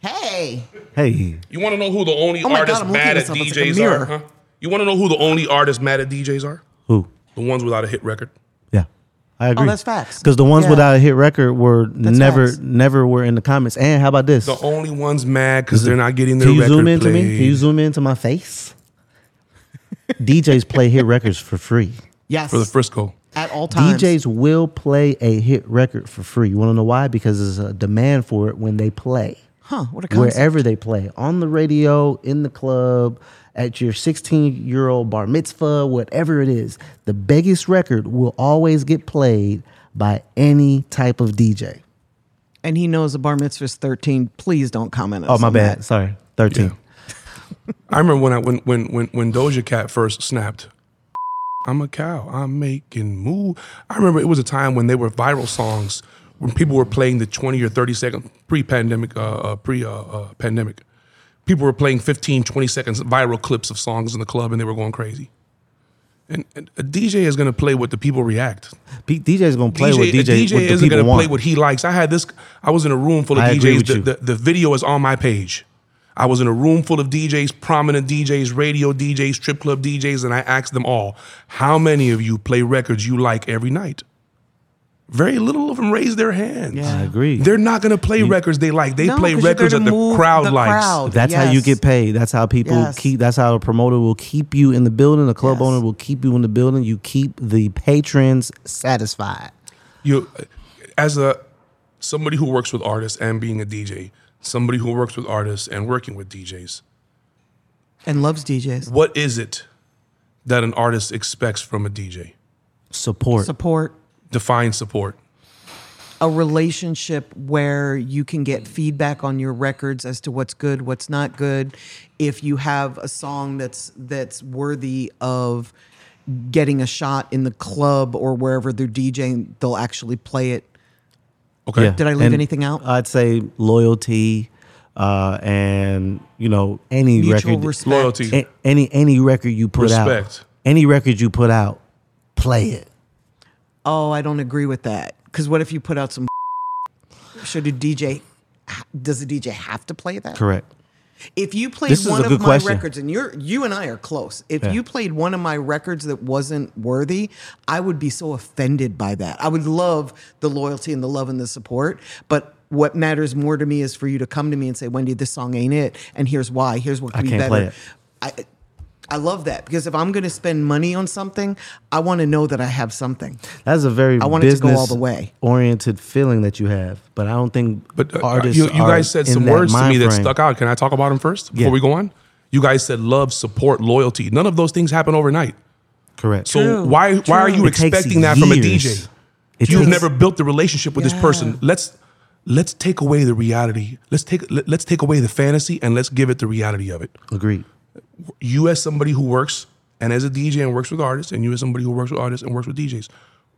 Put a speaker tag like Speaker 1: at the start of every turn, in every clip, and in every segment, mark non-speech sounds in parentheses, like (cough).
Speaker 1: Hey.
Speaker 2: Hey,
Speaker 3: You want to know who the only
Speaker 1: Oh my God,
Speaker 3: artists
Speaker 1: I'm looking
Speaker 3: mad
Speaker 1: at
Speaker 3: at
Speaker 1: myself. It's like a
Speaker 3: DJs
Speaker 1: mirror.
Speaker 3: are? Huh? You want to know who the only artists mad at DJs are?
Speaker 2: who?
Speaker 3: The ones without a hit record.
Speaker 2: Yeah, I agree.
Speaker 1: Oh, that's facts.
Speaker 2: Because the ones
Speaker 1: Yeah.
Speaker 2: without a hit record were never,
Speaker 1: facts.
Speaker 2: never were in the comments. And how about this?
Speaker 3: The only ones mad because they're not getting their
Speaker 2: Can you
Speaker 3: record
Speaker 2: zoom into me?
Speaker 3: played.
Speaker 2: Can you zoom into my face? DJs play hit records for free.
Speaker 1: Yes.
Speaker 3: for the Frisco.
Speaker 1: at all times.
Speaker 2: DJs will play a hit record for free. You want to know why? Because there's a demand for it when they play.
Speaker 1: Huh, what a concept.
Speaker 2: Wherever they play, on the radio, in the club, at your 16 year old bar mitzvah, whatever it is, the biggest record will always get played by any type of DJ.
Speaker 1: And he knows the bar mitzvah's 13. Please don't comment on
Speaker 2: Oh, my bad.
Speaker 1: That.
Speaker 2: Sorry. 13.
Speaker 3: I remember when I when when when when Doja Cat first snapped. I'm a cow. I'm making move. I remember it was a time when they were viral songs when people were playing the 20 or 30 second pre-pandemic uh, uh pre uh, uh pandemic. People were playing 15 20 seconds viral clips of songs in the club and they were going crazy. And, and a DJ is going to play what the people react.
Speaker 2: P- DJ's going to play
Speaker 3: DJ,
Speaker 2: what
Speaker 3: a
Speaker 2: DJ,
Speaker 3: DJ
Speaker 2: what the
Speaker 3: isn't
Speaker 2: people
Speaker 3: going to
Speaker 2: want.
Speaker 3: play what he likes. I had this. I was in a room full of
Speaker 2: I agree
Speaker 3: DJs.
Speaker 2: with
Speaker 3: The,
Speaker 2: you.
Speaker 3: the, the video is on my page. I was in a room full of DJs, prominent DJs, radio DJs, strip club DJs, and I asked them all, "How many of you play records you like every night?" Very little of them raised their hands.
Speaker 1: Yeah.
Speaker 2: I agree.
Speaker 3: They're not going to play records they like. They
Speaker 1: No,
Speaker 3: play
Speaker 1: 'cause you're there
Speaker 3: records
Speaker 1: to
Speaker 3: that the
Speaker 1: move
Speaker 3: crowd
Speaker 1: the
Speaker 3: likes.
Speaker 1: crowd.
Speaker 2: That's how you
Speaker 1: Yes.
Speaker 2: get paid. That's how people
Speaker 1: Yes.
Speaker 2: keep. That's how a promoter will keep you in the building. A club
Speaker 1: Yes.
Speaker 2: owner will keep you in the building. You keep the patrons satisfied.
Speaker 3: you as a somebody who works with artists and being a DJ, somebody who works with artists and working with DJs.
Speaker 1: And loves DJs.
Speaker 3: What is it that an artist expects from a DJ?
Speaker 2: Support.
Speaker 1: Support.
Speaker 3: Define support.
Speaker 1: A relationship where you can get feedback on your records as to what's good, what's not good. If you have a song that's that's worthy of getting a shot in the club or wherever they're DJing, they'll actually play it.
Speaker 3: Okay.
Speaker 1: Did I leave anything out?
Speaker 2: I'd say loyalty, uh, and you know any
Speaker 1: Mutual
Speaker 2: record,
Speaker 1: respect.
Speaker 3: Loyalty.
Speaker 2: a- any any record you put out,
Speaker 3: Respect.
Speaker 2: any record you put out, play it.
Speaker 1: oh, I don't agree with that. Because what if you put out some? (laughs) Should a DJ? Does a DJ have to play that?
Speaker 2: Correct.
Speaker 1: If you played
Speaker 2: This is
Speaker 1: one
Speaker 2: a
Speaker 1: of
Speaker 2: good
Speaker 1: my
Speaker 2: question.
Speaker 1: records, and you're you and I are close, if
Speaker 2: Yeah.
Speaker 1: you played one of my records that wasn't worthy, I would be so offended by that. I would love the loyalty and the love and the support, but. What matters more to me is for you to come to me and say, Wendy, this song ain't it. And here's why. Here's what could
Speaker 2: I
Speaker 1: be
Speaker 2: can't
Speaker 1: better.
Speaker 2: play it.
Speaker 1: I I love that because if I'm gonna spend money on something, I wanna know that I have something.
Speaker 2: That's a very
Speaker 1: I want it to go
Speaker 2: business
Speaker 1: all the way.
Speaker 2: oriented feeling that you have, but I don't think
Speaker 3: But uh,
Speaker 2: artists.
Speaker 3: you, you
Speaker 2: are
Speaker 3: guys said
Speaker 2: in
Speaker 3: some
Speaker 2: that
Speaker 3: words to
Speaker 2: mind
Speaker 3: me that
Speaker 2: frame.
Speaker 3: stuck out. Can I talk about them first before
Speaker 2: Yeah.
Speaker 3: we go on? You guys said love, support, loyalty. None of those things happen overnight.
Speaker 2: Correct.
Speaker 3: So
Speaker 1: True.
Speaker 3: why why are
Speaker 1: True.
Speaker 3: you
Speaker 2: It takes
Speaker 3: expecting that from a
Speaker 2: years.
Speaker 3: DJ?
Speaker 2: It
Speaker 3: You've
Speaker 2: takes-
Speaker 3: never built the relationship with this person. Let's let's take away the reality. Let's take let, let's take away the fantasy and let's give it the reality of it.
Speaker 2: agreed.
Speaker 3: you as somebody who works and as a DJ and works with artists, and you as somebody who works with artists and works with DJs,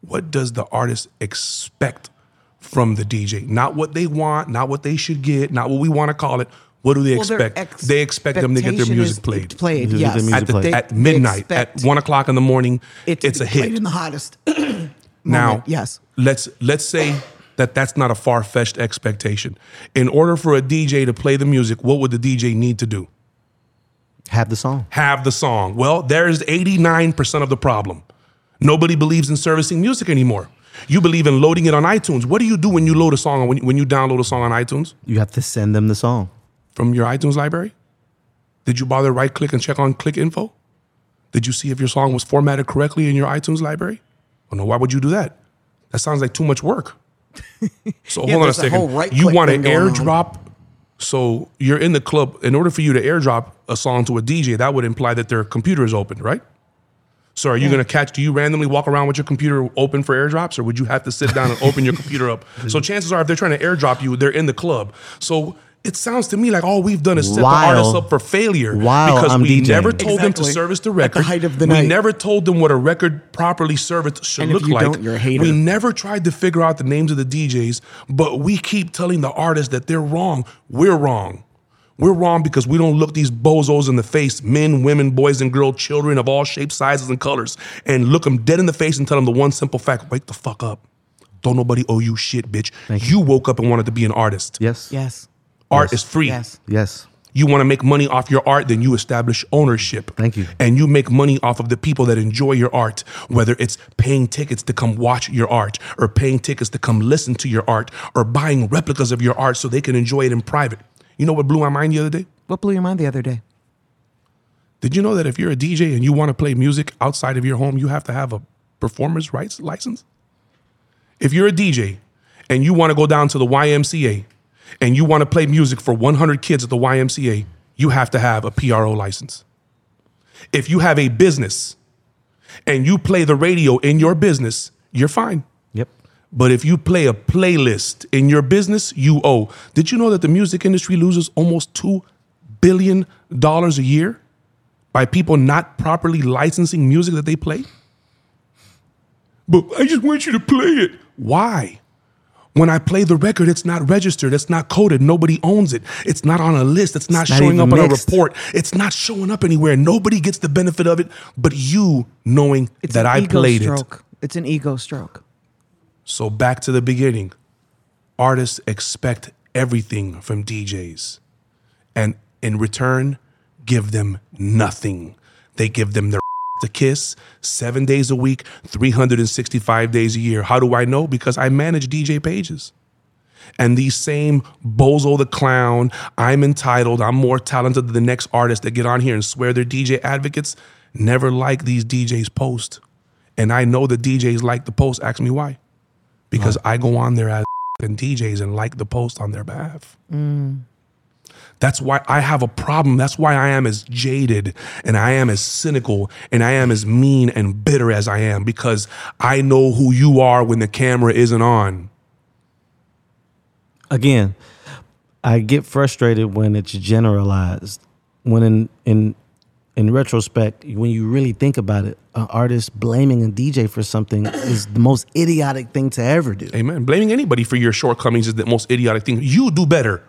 Speaker 3: what does the artist expect from the DJ? Not what they want, not what they should get, not what we want to call it. What do they
Speaker 1: Well, their
Speaker 3: expect? they expect them to get their
Speaker 1: expectation
Speaker 3: music
Speaker 1: is
Speaker 3: played.
Speaker 1: Played,
Speaker 2: Music-
Speaker 1: yes.
Speaker 2: their
Speaker 3: at,
Speaker 2: music
Speaker 3: the-
Speaker 2: played.
Speaker 3: at midnight,
Speaker 1: expect
Speaker 3: at one o'clock in the morning,
Speaker 1: it to
Speaker 3: it's
Speaker 1: be
Speaker 3: a hit.
Speaker 1: Played in the hottest.
Speaker 3: Now,
Speaker 1: moment, yes.
Speaker 3: Let's let's say that that's not a far fetched expectation. In order for a DJ to play the music, what would the DJ need to do?
Speaker 2: Have the song.
Speaker 3: have the song. Well, there's 89% of the problem. Nobody believes in servicing music anymore. You believe in loading it on iTunes. What do you do when you load a song when you, when you download a song on iTunes
Speaker 2: You have to send them the song.
Speaker 3: from your iTunes library? Did you bother right click and check on click info? Did you see if your song was formatted correctly in your iTunes library? Well, no, why would you do that? That sounds like too much work.
Speaker 1: (laughs)
Speaker 3: So hold on a
Speaker 1: there's a
Speaker 3: second.
Speaker 1: whole right
Speaker 3: you
Speaker 1: click
Speaker 3: want to
Speaker 1: thing going on.
Speaker 3: airdrop. So you're in the club. In order for you to airdrop a song to a DJ, that would imply that their computer is open, right? So are you gonna catch? Do you randomly walk around with your computer open for airdrops, or would you have to sit down and open your computer up? So chances are, if they're trying to airdrop you, they're in the club. So it sounds to me like all we've done is set
Speaker 2: While-
Speaker 3: the artists up for failure
Speaker 2: while
Speaker 3: because
Speaker 2: I'm
Speaker 3: we
Speaker 2: DJing.
Speaker 3: never told them to
Speaker 1: Exactly.
Speaker 3: service the
Speaker 1: At the
Speaker 3: record.
Speaker 1: height of the
Speaker 3: we
Speaker 1: night.
Speaker 3: never told them what a record properly serviced should
Speaker 1: And if
Speaker 3: look
Speaker 1: you
Speaker 3: like.
Speaker 1: don't, you're a hater.
Speaker 3: We never tried to figure out the names of the DJs, but we keep telling the artists that they're wrong. We're wrong. We're wrong because we don't look these bozos in the face, men, women, boys, and girls, children of all shapes, sizes, and colors, and look them dead in the face and tell them the one simple fact wake the fuck up. Don't nobody owe you shit, bitch. You woke up and wanted to be an artist.
Speaker 2: Yes.
Speaker 1: Yes.
Speaker 3: Art is free.
Speaker 1: Yes.
Speaker 2: Yes.
Speaker 3: You want to make money off your art, then you establish ownership.
Speaker 2: Thank you.
Speaker 3: And you make money off of the people that enjoy your art, whether it's paying tickets to come watch your art, or paying tickets to come listen to your art, or buying replicas of your art so they can enjoy it in private. You know what blew my mind the other day?
Speaker 1: What blew your mind the other day?
Speaker 3: Did you know that if you're a DJ and you want to play music outside of your home, you have to have a performer's rights license? If you're a DJ and you want to go down to the YMCA and you want to play music for 100 kids at the YMCA, you have to have a PRO license. If you have a business and you play the radio in your business, you're fine.
Speaker 2: Yep.
Speaker 3: But if you play a playlist in your business, you owe. Did you know that the music industry loses almost $2 billion a year by people not properly licensing music that they play? But I just want you to play it. Why? When I play the record, it's not registered, it's not coded, nobody owns it, it's not on a list, it's not
Speaker 2: not
Speaker 3: showing up
Speaker 2: even
Speaker 3: on a
Speaker 2: mixed.
Speaker 3: report, it's not showing up anywhere. Nobody gets the benefit of it but you knowing
Speaker 1: It's
Speaker 3: that
Speaker 1: an
Speaker 3: I
Speaker 1: ego
Speaker 3: played it.
Speaker 1: stroke. It's an ego stroke.
Speaker 3: So back to the beginning. Artists expect everything from DJs. And in return, give them nothing. They give them their (laughs) to kiss seven days a week, 365 days a year. How do I know? Because I manage DJ pages. And these same Bozo the Clown, I'm entitled, I'm more talented than the next artist that get on here and swear they're DJ advocates, never like these DJs' post. And I know the DJs like the post. Ask me why because I go on there as (laughs) and DJs and like the post on their behalf. That's why I have a problem. That's why I am as jaded and I am as cynical and I am as mean and bitter as I am because I know who you are when the camera isn't on.
Speaker 2: Again, I get frustrated when it's generalized. When in in in retrospect, when you really think about it, an artist blaming a DJ for something is the most idiotic thing to ever do.
Speaker 3: Amen. Blaming anybody for your shortcomings is the most idiotic thing. You do better.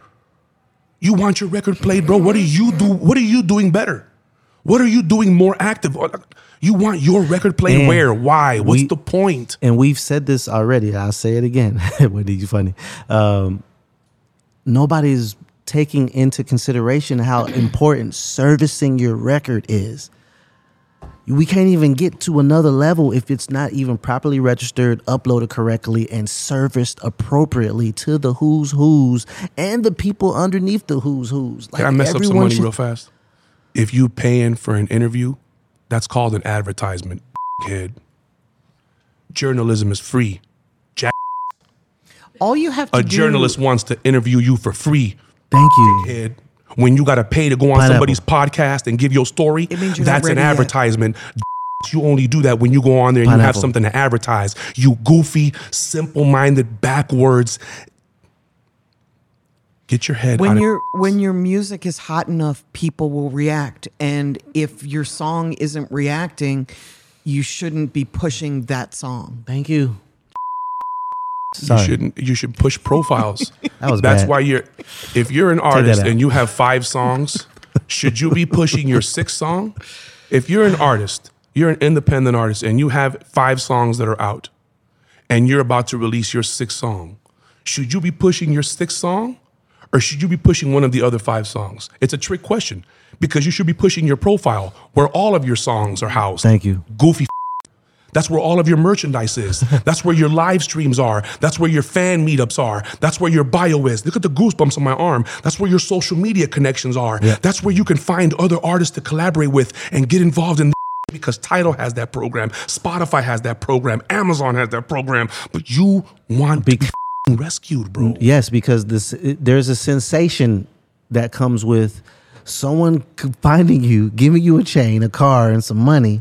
Speaker 3: You want your record played, bro. What are you do? What are you doing better? What are you doing more active? You want your record played
Speaker 2: Man,
Speaker 3: where? Why? What's
Speaker 2: we-
Speaker 3: the point?
Speaker 2: and we've said this already. I'll say it again. (laughs) what did you funny? Um, nobody's taking into consideration how important servicing your record is. We can't even get to another level if it's not even properly registered, uploaded correctly, and serviced appropriately to the who's who's and the people underneath the who's who's. Like
Speaker 3: Can I mess up some
Speaker 2: everyone
Speaker 3: money
Speaker 2: should-
Speaker 3: real fast? If you paying for an interview, that's called an advertisement, kid. Journalism is free.
Speaker 1: All you have to
Speaker 3: A
Speaker 1: do
Speaker 3: journalist wants to interview you for free,
Speaker 2: Thank you.
Speaker 3: kid. When you got to pay to go on
Speaker 2: Pineapple.
Speaker 3: somebody's podcast and give your story,
Speaker 1: means you're not
Speaker 3: that's an
Speaker 1: ready yet.
Speaker 3: advertisement. (laughs) You only do that when you go on there and you have
Speaker 2: Pineapple.
Speaker 3: something to advertise. You goofy, simple minded, backwards. Get your head
Speaker 1: when
Speaker 3: out of
Speaker 1: your when your music is hot enough, people will react. And if your song isn't reacting, you shouldn't be pushing that song.
Speaker 2: Thank you.
Speaker 3: You
Speaker 2: Sorry.
Speaker 3: shouldn't. You should push profiles.
Speaker 2: (laughs) That was
Speaker 3: That's
Speaker 2: bad.
Speaker 3: why you're. If you're an artist
Speaker 2: out.
Speaker 3: and you have five songs, should you be pushing your sixth song? If you're an artist, you're an independent artist, and you have five songs that are out, and you're about to release your sixth song, should you be pushing your sixth song, or should you be pushing one of the other five songs? It's a trick question because you should be pushing your profile where all of your songs are housed.
Speaker 2: Thank you.
Speaker 3: Goofy that's where all of your
Speaker 2: (laughs)
Speaker 3: merchandise is. That's where your live streams are. That's where your fan meetups are. That's where your bio is. Look at the goosebumps on my arm. That's where your social media connections are. That's where you can find other artists to collaborate with and get involved in (laughs) because Tidal has that program, Spotify has that program, Amazon has that program, but you want to be f***ing rescued, bro.
Speaker 2: Yes, because this it- there's a sensation that comes with someone c- finding you, giving you a chain, a car, and some money,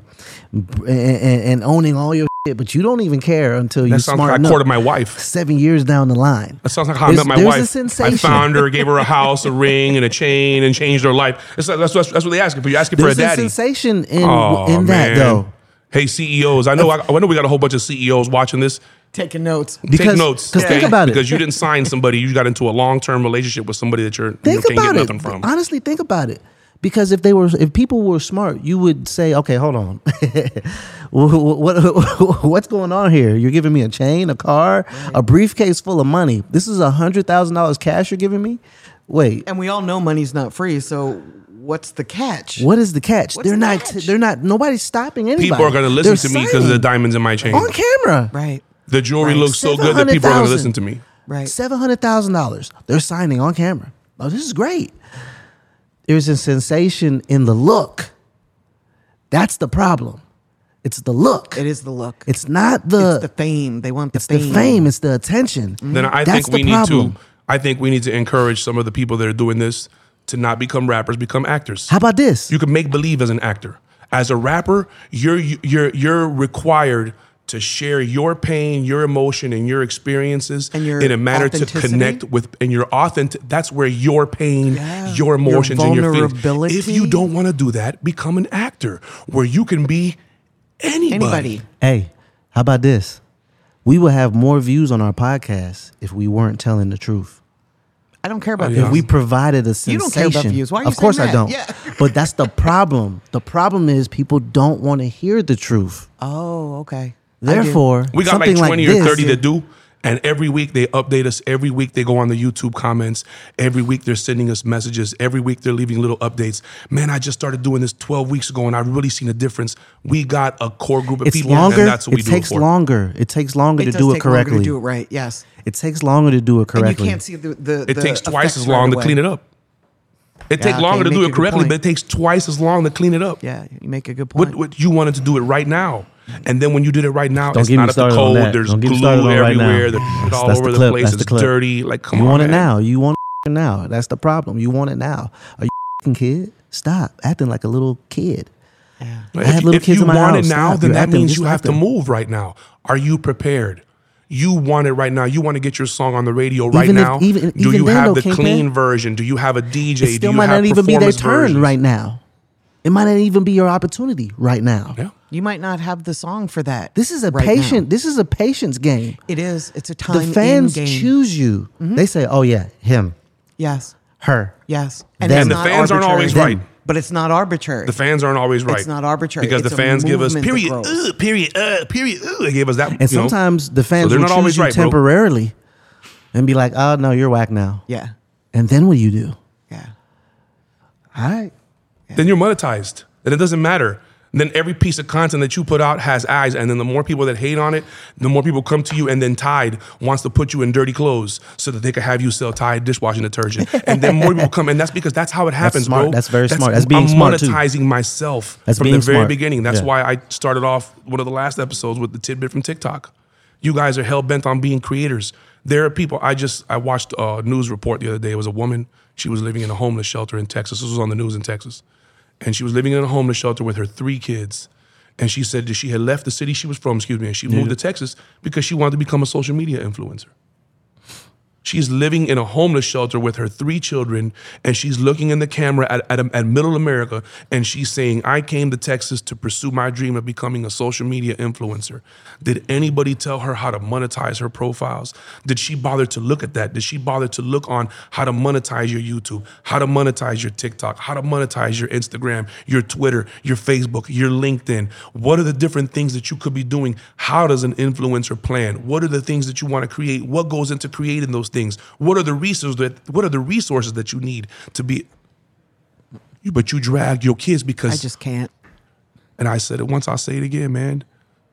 Speaker 2: b- and, and, and owning all your shit, but you don't even care until you
Speaker 3: That sounds like
Speaker 2: smart
Speaker 3: I
Speaker 2: enough.
Speaker 3: courted my wife.
Speaker 2: Seven years down the line,
Speaker 3: That sounds like how I
Speaker 2: There's-
Speaker 3: met my
Speaker 2: there's
Speaker 3: wife.
Speaker 2: a sensation.
Speaker 3: I found her, gave her a
Speaker 2: (laughs)
Speaker 3: house, a ring, and a chain, and changed her life. It's like, that's, that's, that's what they asking for. You're asking
Speaker 2: there's
Speaker 3: for a
Speaker 2: a
Speaker 3: daddy.
Speaker 2: sensation in
Speaker 3: Oh,
Speaker 2: in that
Speaker 3: man.
Speaker 2: though.
Speaker 3: Hey CEOs, I know I, I know we got a whole bunch of CEOs watching this.
Speaker 1: Taking notes.
Speaker 2: Because-
Speaker 3: Take notes.
Speaker 2: 'cause think about it.
Speaker 3: Because you didn't sign somebody, you got into a long term relationship with somebody that you're
Speaker 2: Think
Speaker 3: you can't
Speaker 2: about
Speaker 3: get
Speaker 2: it.
Speaker 3: nothing from.
Speaker 2: Honestly, think about it. Because if they were, if people were smart, you would say, "Okay, hold on, (laughs) what, what (laughs) what's going on here? You're giving me a chain, a car, a briefcase full of money. This is a hundred thousand dollars cash you're giving me. Wait,
Speaker 1: And we all know money's not free, so what's the catch?
Speaker 2: what is the catch?
Speaker 1: What's
Speaker 2: they're
Speaker 1: the
Speaker 2: not.
Speaker 1: catch?
Speaker 2: They're not. Nobody's stopping anybody.
Speaker 3: People are going to listen
Speaker 2: They're
Speaker 3: to me because of the
Speaker 2: signing
Speaker 3: diamonds in my chain.
Speaker 2: on camera.
Speaker 1: Right,
Speaker 3: The jewelry
Speaker 1: Right.
Speaker 3: looks so good that people are going to
Speaker 2: 700,000.
Speaker 3: listen to me.
Speaker 1: right.
Speaker 2: Seven hundred thousand dollars. They're signing on camera. Oh, this is great. There's a sensation in the look. That's the problem. It's the look.
Speaker 1: It is the look. It's,
Speaker 2: It's not the
Speaker 1: the fame. They want the
Speaker 2: the
Speaker 1: fame. Mm-hmm.
Speaker 2: fame. It's the attention.
Speaker 3: Then I
Speaker 2: That's
Speaker 3: think
Speaker 2: the
Speaker 3: we need
Speaker 2: problem.
Speaker 3: to. I think we need to encourage some of the people that are doing this to not become rappers, become actors.
Speaker 2: How about this?
Speaker 3: You can make believe as an actor. As a rapper, you're you're you're required to share your pain, your emotion, and your experiences
Speaker 1: And your
Speaker 3: in a manner to
Speaker 1: authenticity?
Speaker 3: connect with and your authentic. That's where your pain,
Speaker 1: Yeah.
Speaker 3: your emotions, and your feelings.
Speaker 1: vulnerability.
Speaker 3: If you don't want to do that, become an actor where you can be anybody.
Speaker 1: Anybody.
Speaker 2: hey, how about this? We would have more views on our podcast if we weren't telling the truth.
Speaker 1: I don't care about
Speaker 3: Oh,
Speaker 1: this.
Speaker 3: yeah.
Speaker 2: If we provided a sensation.
Speaker 1: You don't care about views. Why are you
Speaker 2: Of course
Speaker 1: saying
Speaker 2: I
Speaker 1: that?
Speaker 2: don't.
Speaker 1: Yeah.
Speaker 2: but that's the problem. The problem is people don't want to hear the truth.
Speaker 1: Oh, okay. I do.
Speaker 2: Therefore,
Speaker 3: We got
Speaker 2: something
Speaker 3: like 20
Speaker 2: this,
Speaker 3: or 30 that do. And every week they update us. Every week they go on the YouTube comments. Every week they're sending us messages. Every week they're leaving little updates. Man, I just started doing this 12 weeks ago and I've really seen a difference. We got a core group of
Speaker 2: It's
Speaker 3: people
Speaker 2: longer.
Speaker 3: and that's what
Speaker 2: it
Speaker 3: we do it
Speaker 2: takes
Speaker 3: for.
Speaker 2: longer. It takes longer to
Speaker 1: does
Speaker 2: do it
Speaker 1: take longer
Speaker 2: correctly.
Speaker 1: To do it right, yes.
Speaker 2: It takes longer to do it
Speaker 1: And you
Speaker 2: correctly.
Speaker 1: can't see the. the
Speaker 3: It takes twice as long to clean it up. It
Speaker 1: Yeah,
Speaker 3: takes
Speaker 1: okay,
Speaker 3: longer to
Speaker 1: you
Speaker 3: do
Speaker 1: make a
Speaker 3: it
Speaker 1: good
Speaker 3: correctly,
Speaker 1: point.
Speaker 3: but it takes twice as long to clean it up.
Speaker 1: Yeah, you make a good point.
Speaker 3: What, what you wanted to do it right now. And then when you did it right now, it's
Speaker 2: get me
Speaker 3: not up to
Speaker 2: started on
Speaker 3: code.
Speaker 2: that.
Speaker 3: There's
Speaker 2: Don't get me
Speaker 3: glue
Speaker 2: started on right now.
Speaker 3: everywhere. There's shit all
Speaker 2: That's the
Speaker 3: over the,
Speaker 2: clip.
Speaker 3: place.
Speaker 2: That's the
Speaker 3: it's
Speaker 2: clip.
Speaker 3: dirty. Like, come
Speaker 2: you
Speaker 3: on.
Speaker 2: want it
Speaker 3: man.
Speaker 2: now. You want it now. That's the problem. You want it now. Are you f***ing kid? Stop acting like a little kid.
Speaker 3: But
Speaker 2: I
Speaker 3: if,
Speaker 2: had little
Speaker 3: if
Speaker 2: kids
Speaker 3: you
Speaker 2: in my
Speaker 3: want
Speaker 2: house.
Speaker 3: it now,
Speaker 2: Stop.
Speaker 3: then
Speaker 2: You're
Speaker 3: that
Speaker 2: acting
Speaker 3: means
Speaker 2: just
Speaker 3: you
Speaker 2: like
Speaker 3: have to
Speaker 2: them.
Speaker 3: move right now. Are you prepared? You want it right now. You want to get your song on the radio right
Speaker 2: Even if-
Speaker 3: now.
Speaker 2: even-
Speaker 3: Do
Speaker 2: even
Speaker 3: you
Speaker 2: then,
Speaker 3: have
Speaker 2: though,
Speaker 3: the
Speaker 2: Kingpin,
Speaker 3: clean version? Do you have a DJ?
Speaker 2: It still
Speaker 3: Do you
Speaker 2: might
Speaker 3: have
Speaker 2: not even be their
Speaker 3: performance
Speaker 2: turn
Speaker 3: versions?
Speaker 2: right now. It might not even be your opportunity right now.
Speaker 3: Yeah.
Speaker 1: you might not have the song for that.
Speaker 2: This is a
Speaker 1: right now.
Speaker 2: patient. This is a patience game.
Speaker 1: It is. It's a time Mm-hmm.
Speaker 2: The fans
Speaker 1: in game.
Speaker 2: choose you. They say, "Oh yeah, him,
Speaker 1: Yes,
Speaker 2: her."
Speaker 1: yes.
Speaker 2: Them.
Speaker 1: it's
Speaker 2: And the
Speaker 1: not
Speaker 3: fans aren't always
Speaker 1: arbitrary.
Speaker 3: right.
Speaker 1: But it's not arbitrary.
Speaker 3: The fans aren't always right.
Speaker 1: not arbitrary.
Speaker 3: because
Speaker 1: It's
Speaker 3: the
Speaker 1: a
Speaker 3: fans give us
Speaker 1: movement that
Speaker 3: period,
Speaker 1: grows.
Speaker 3: uh, period, uh, period. Uh, they gave us that.
Speaker 2: And
Speaker 3: you know?
Speaker 2: sometimes the fans
Speaker 3: they're
Speaker 2: will
Speaker 3: not
Speaker 2: choose
Speaker 3: always
Speaker 2: you
Speaker 3: right, bro.
Speaker 2: temporarily, and be like, "Oh no, you're whack now."
Speaker 1: yeah,
Speaker 2: And then what do you do?
Speaker 1: yeah.
Speaker 2: All right.
Speaker 3: then you're monetized. Then it doesn't matter. Then every piece of content that you put out has eyes, and then the more people that hate on it, the more people come to you. And then Tide wants to put you in dirty clothes so that they can have you sell Tide dishwashing detergent. And then more people come, and that's because that's how it happens,
Speaker 2: smart.
Speaker 3: bro.
Speaker 2: That's very smart. That's being
Speaker 3: I'm
Speaker 2: smart, too.
Speaker 3: monetizing myself
Speaker 2: That's
Speaker 3: from
Speaker 2: being
Speaker 3: the very
Speaker 2: smart.
Speaker 3: beginning. That's
Speaker 2: Yeah.
Speaker 3: why I started off one of the last episodes with the tidbit from TikTok. You guys are hell bent on being creators. There are people. I just I watched a news report the other day. It was a woman. She was living in a homeless shelter in Texas. This was on the news in Texas and she was living in a homeless shelter with her three kids. And she said that she had left the city she was from, excuse me, and she moved to Texas because she wanted to become a social media influencer. She's living in a homeless shelter with her three children, and she's looking in the camera at, at, at middle America, and she's saying, I came to Texas to pursue my dream of becoming a social media influencer. Did anybody tell her how to monetize her profiles? Did she bother to look at that? Did she bother to look on how to monetize your YouTube, how to monetize your TikTok, how to monetize your Instagram, your Twitter, your Facebook, your LinkedIn? What are the different things that you could be doing? How does an influencer plan? What are the things that you want to create? What goes into creating those things? What are the resources that what are the resources that you need to be you but you drag your kids because
Speaker 1: I just
Speaker 2: (laughs)
Speaker 1: can't.
Speaker 3: and I said it once, I'll say it again, man.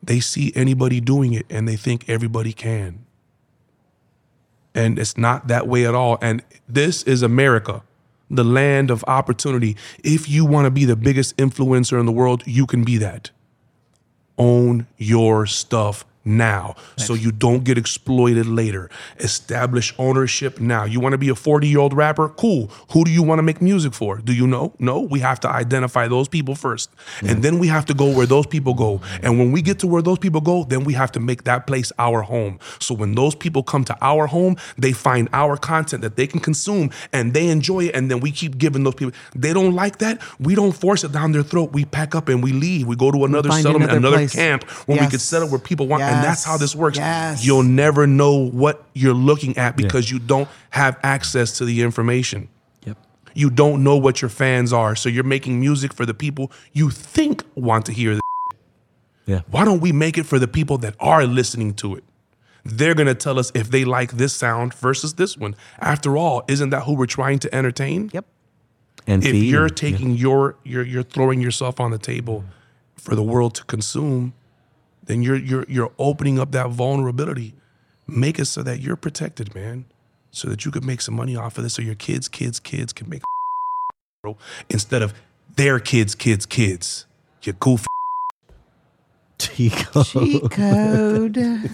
Speaker 3: They see anybody doing it and they think everybody can. And it's not that way at all. And this is America, the land of opportunity. If you want to be the biggest influencer in the world, you can be that. Own your stuff now so you don't get exploited later. Establish ownership now. You want to be a 40 year old rapper? Cool. Who do you want to make music for? Do you know? No, we have to identify those people first. And then we have to go where those people go. And when we get to where those people go, then we have to make that place our home. So when those people come to our home, they find our content that they can consume and they enjoy it. And then we keep giving those people. They don't like that. We don't force it down their throat. We pack up and we leave. We go to another
Speaker 1: find
Speaker 3: settlement,
Speaker 1: another
Speaker 3: another
Speaker 1: place.
Speaker 3: camp where we
Speaker 1: Yes.
Speaker 3: could settle where people want. And that's how this works.
Speaker 1: Yes.
Speaker 3: You'll never know what you're looking at because you don't have access to the information. You don't know what your fans are, so you're making music for the people you think want to hear this.
Speaker 2: Yeah.
Speaker 3: Why don't we make it for the people that are listening to it? They're going to tell us if they like this sound versus this one. After all, isn't that who we're trying to entertain?
Speaker 1: Yep.
Speaker 2: and
Speaker 3: If
Speaker 2: feed
Speaker 3: you're
Speaker 2: them.
Speaker 3: taking your you're you're throwing yourself on the table for the world to consume, then you're you're you're opening up that vulnerability. Make it so that you're protected, man. So that you could make some money off of this so your kids, kids, kids can make (laughs) bro, instead of their kids, kids, kids. You goofy.
Speaker 2: Chico. (laughs)
Speaker 1: Cheat code.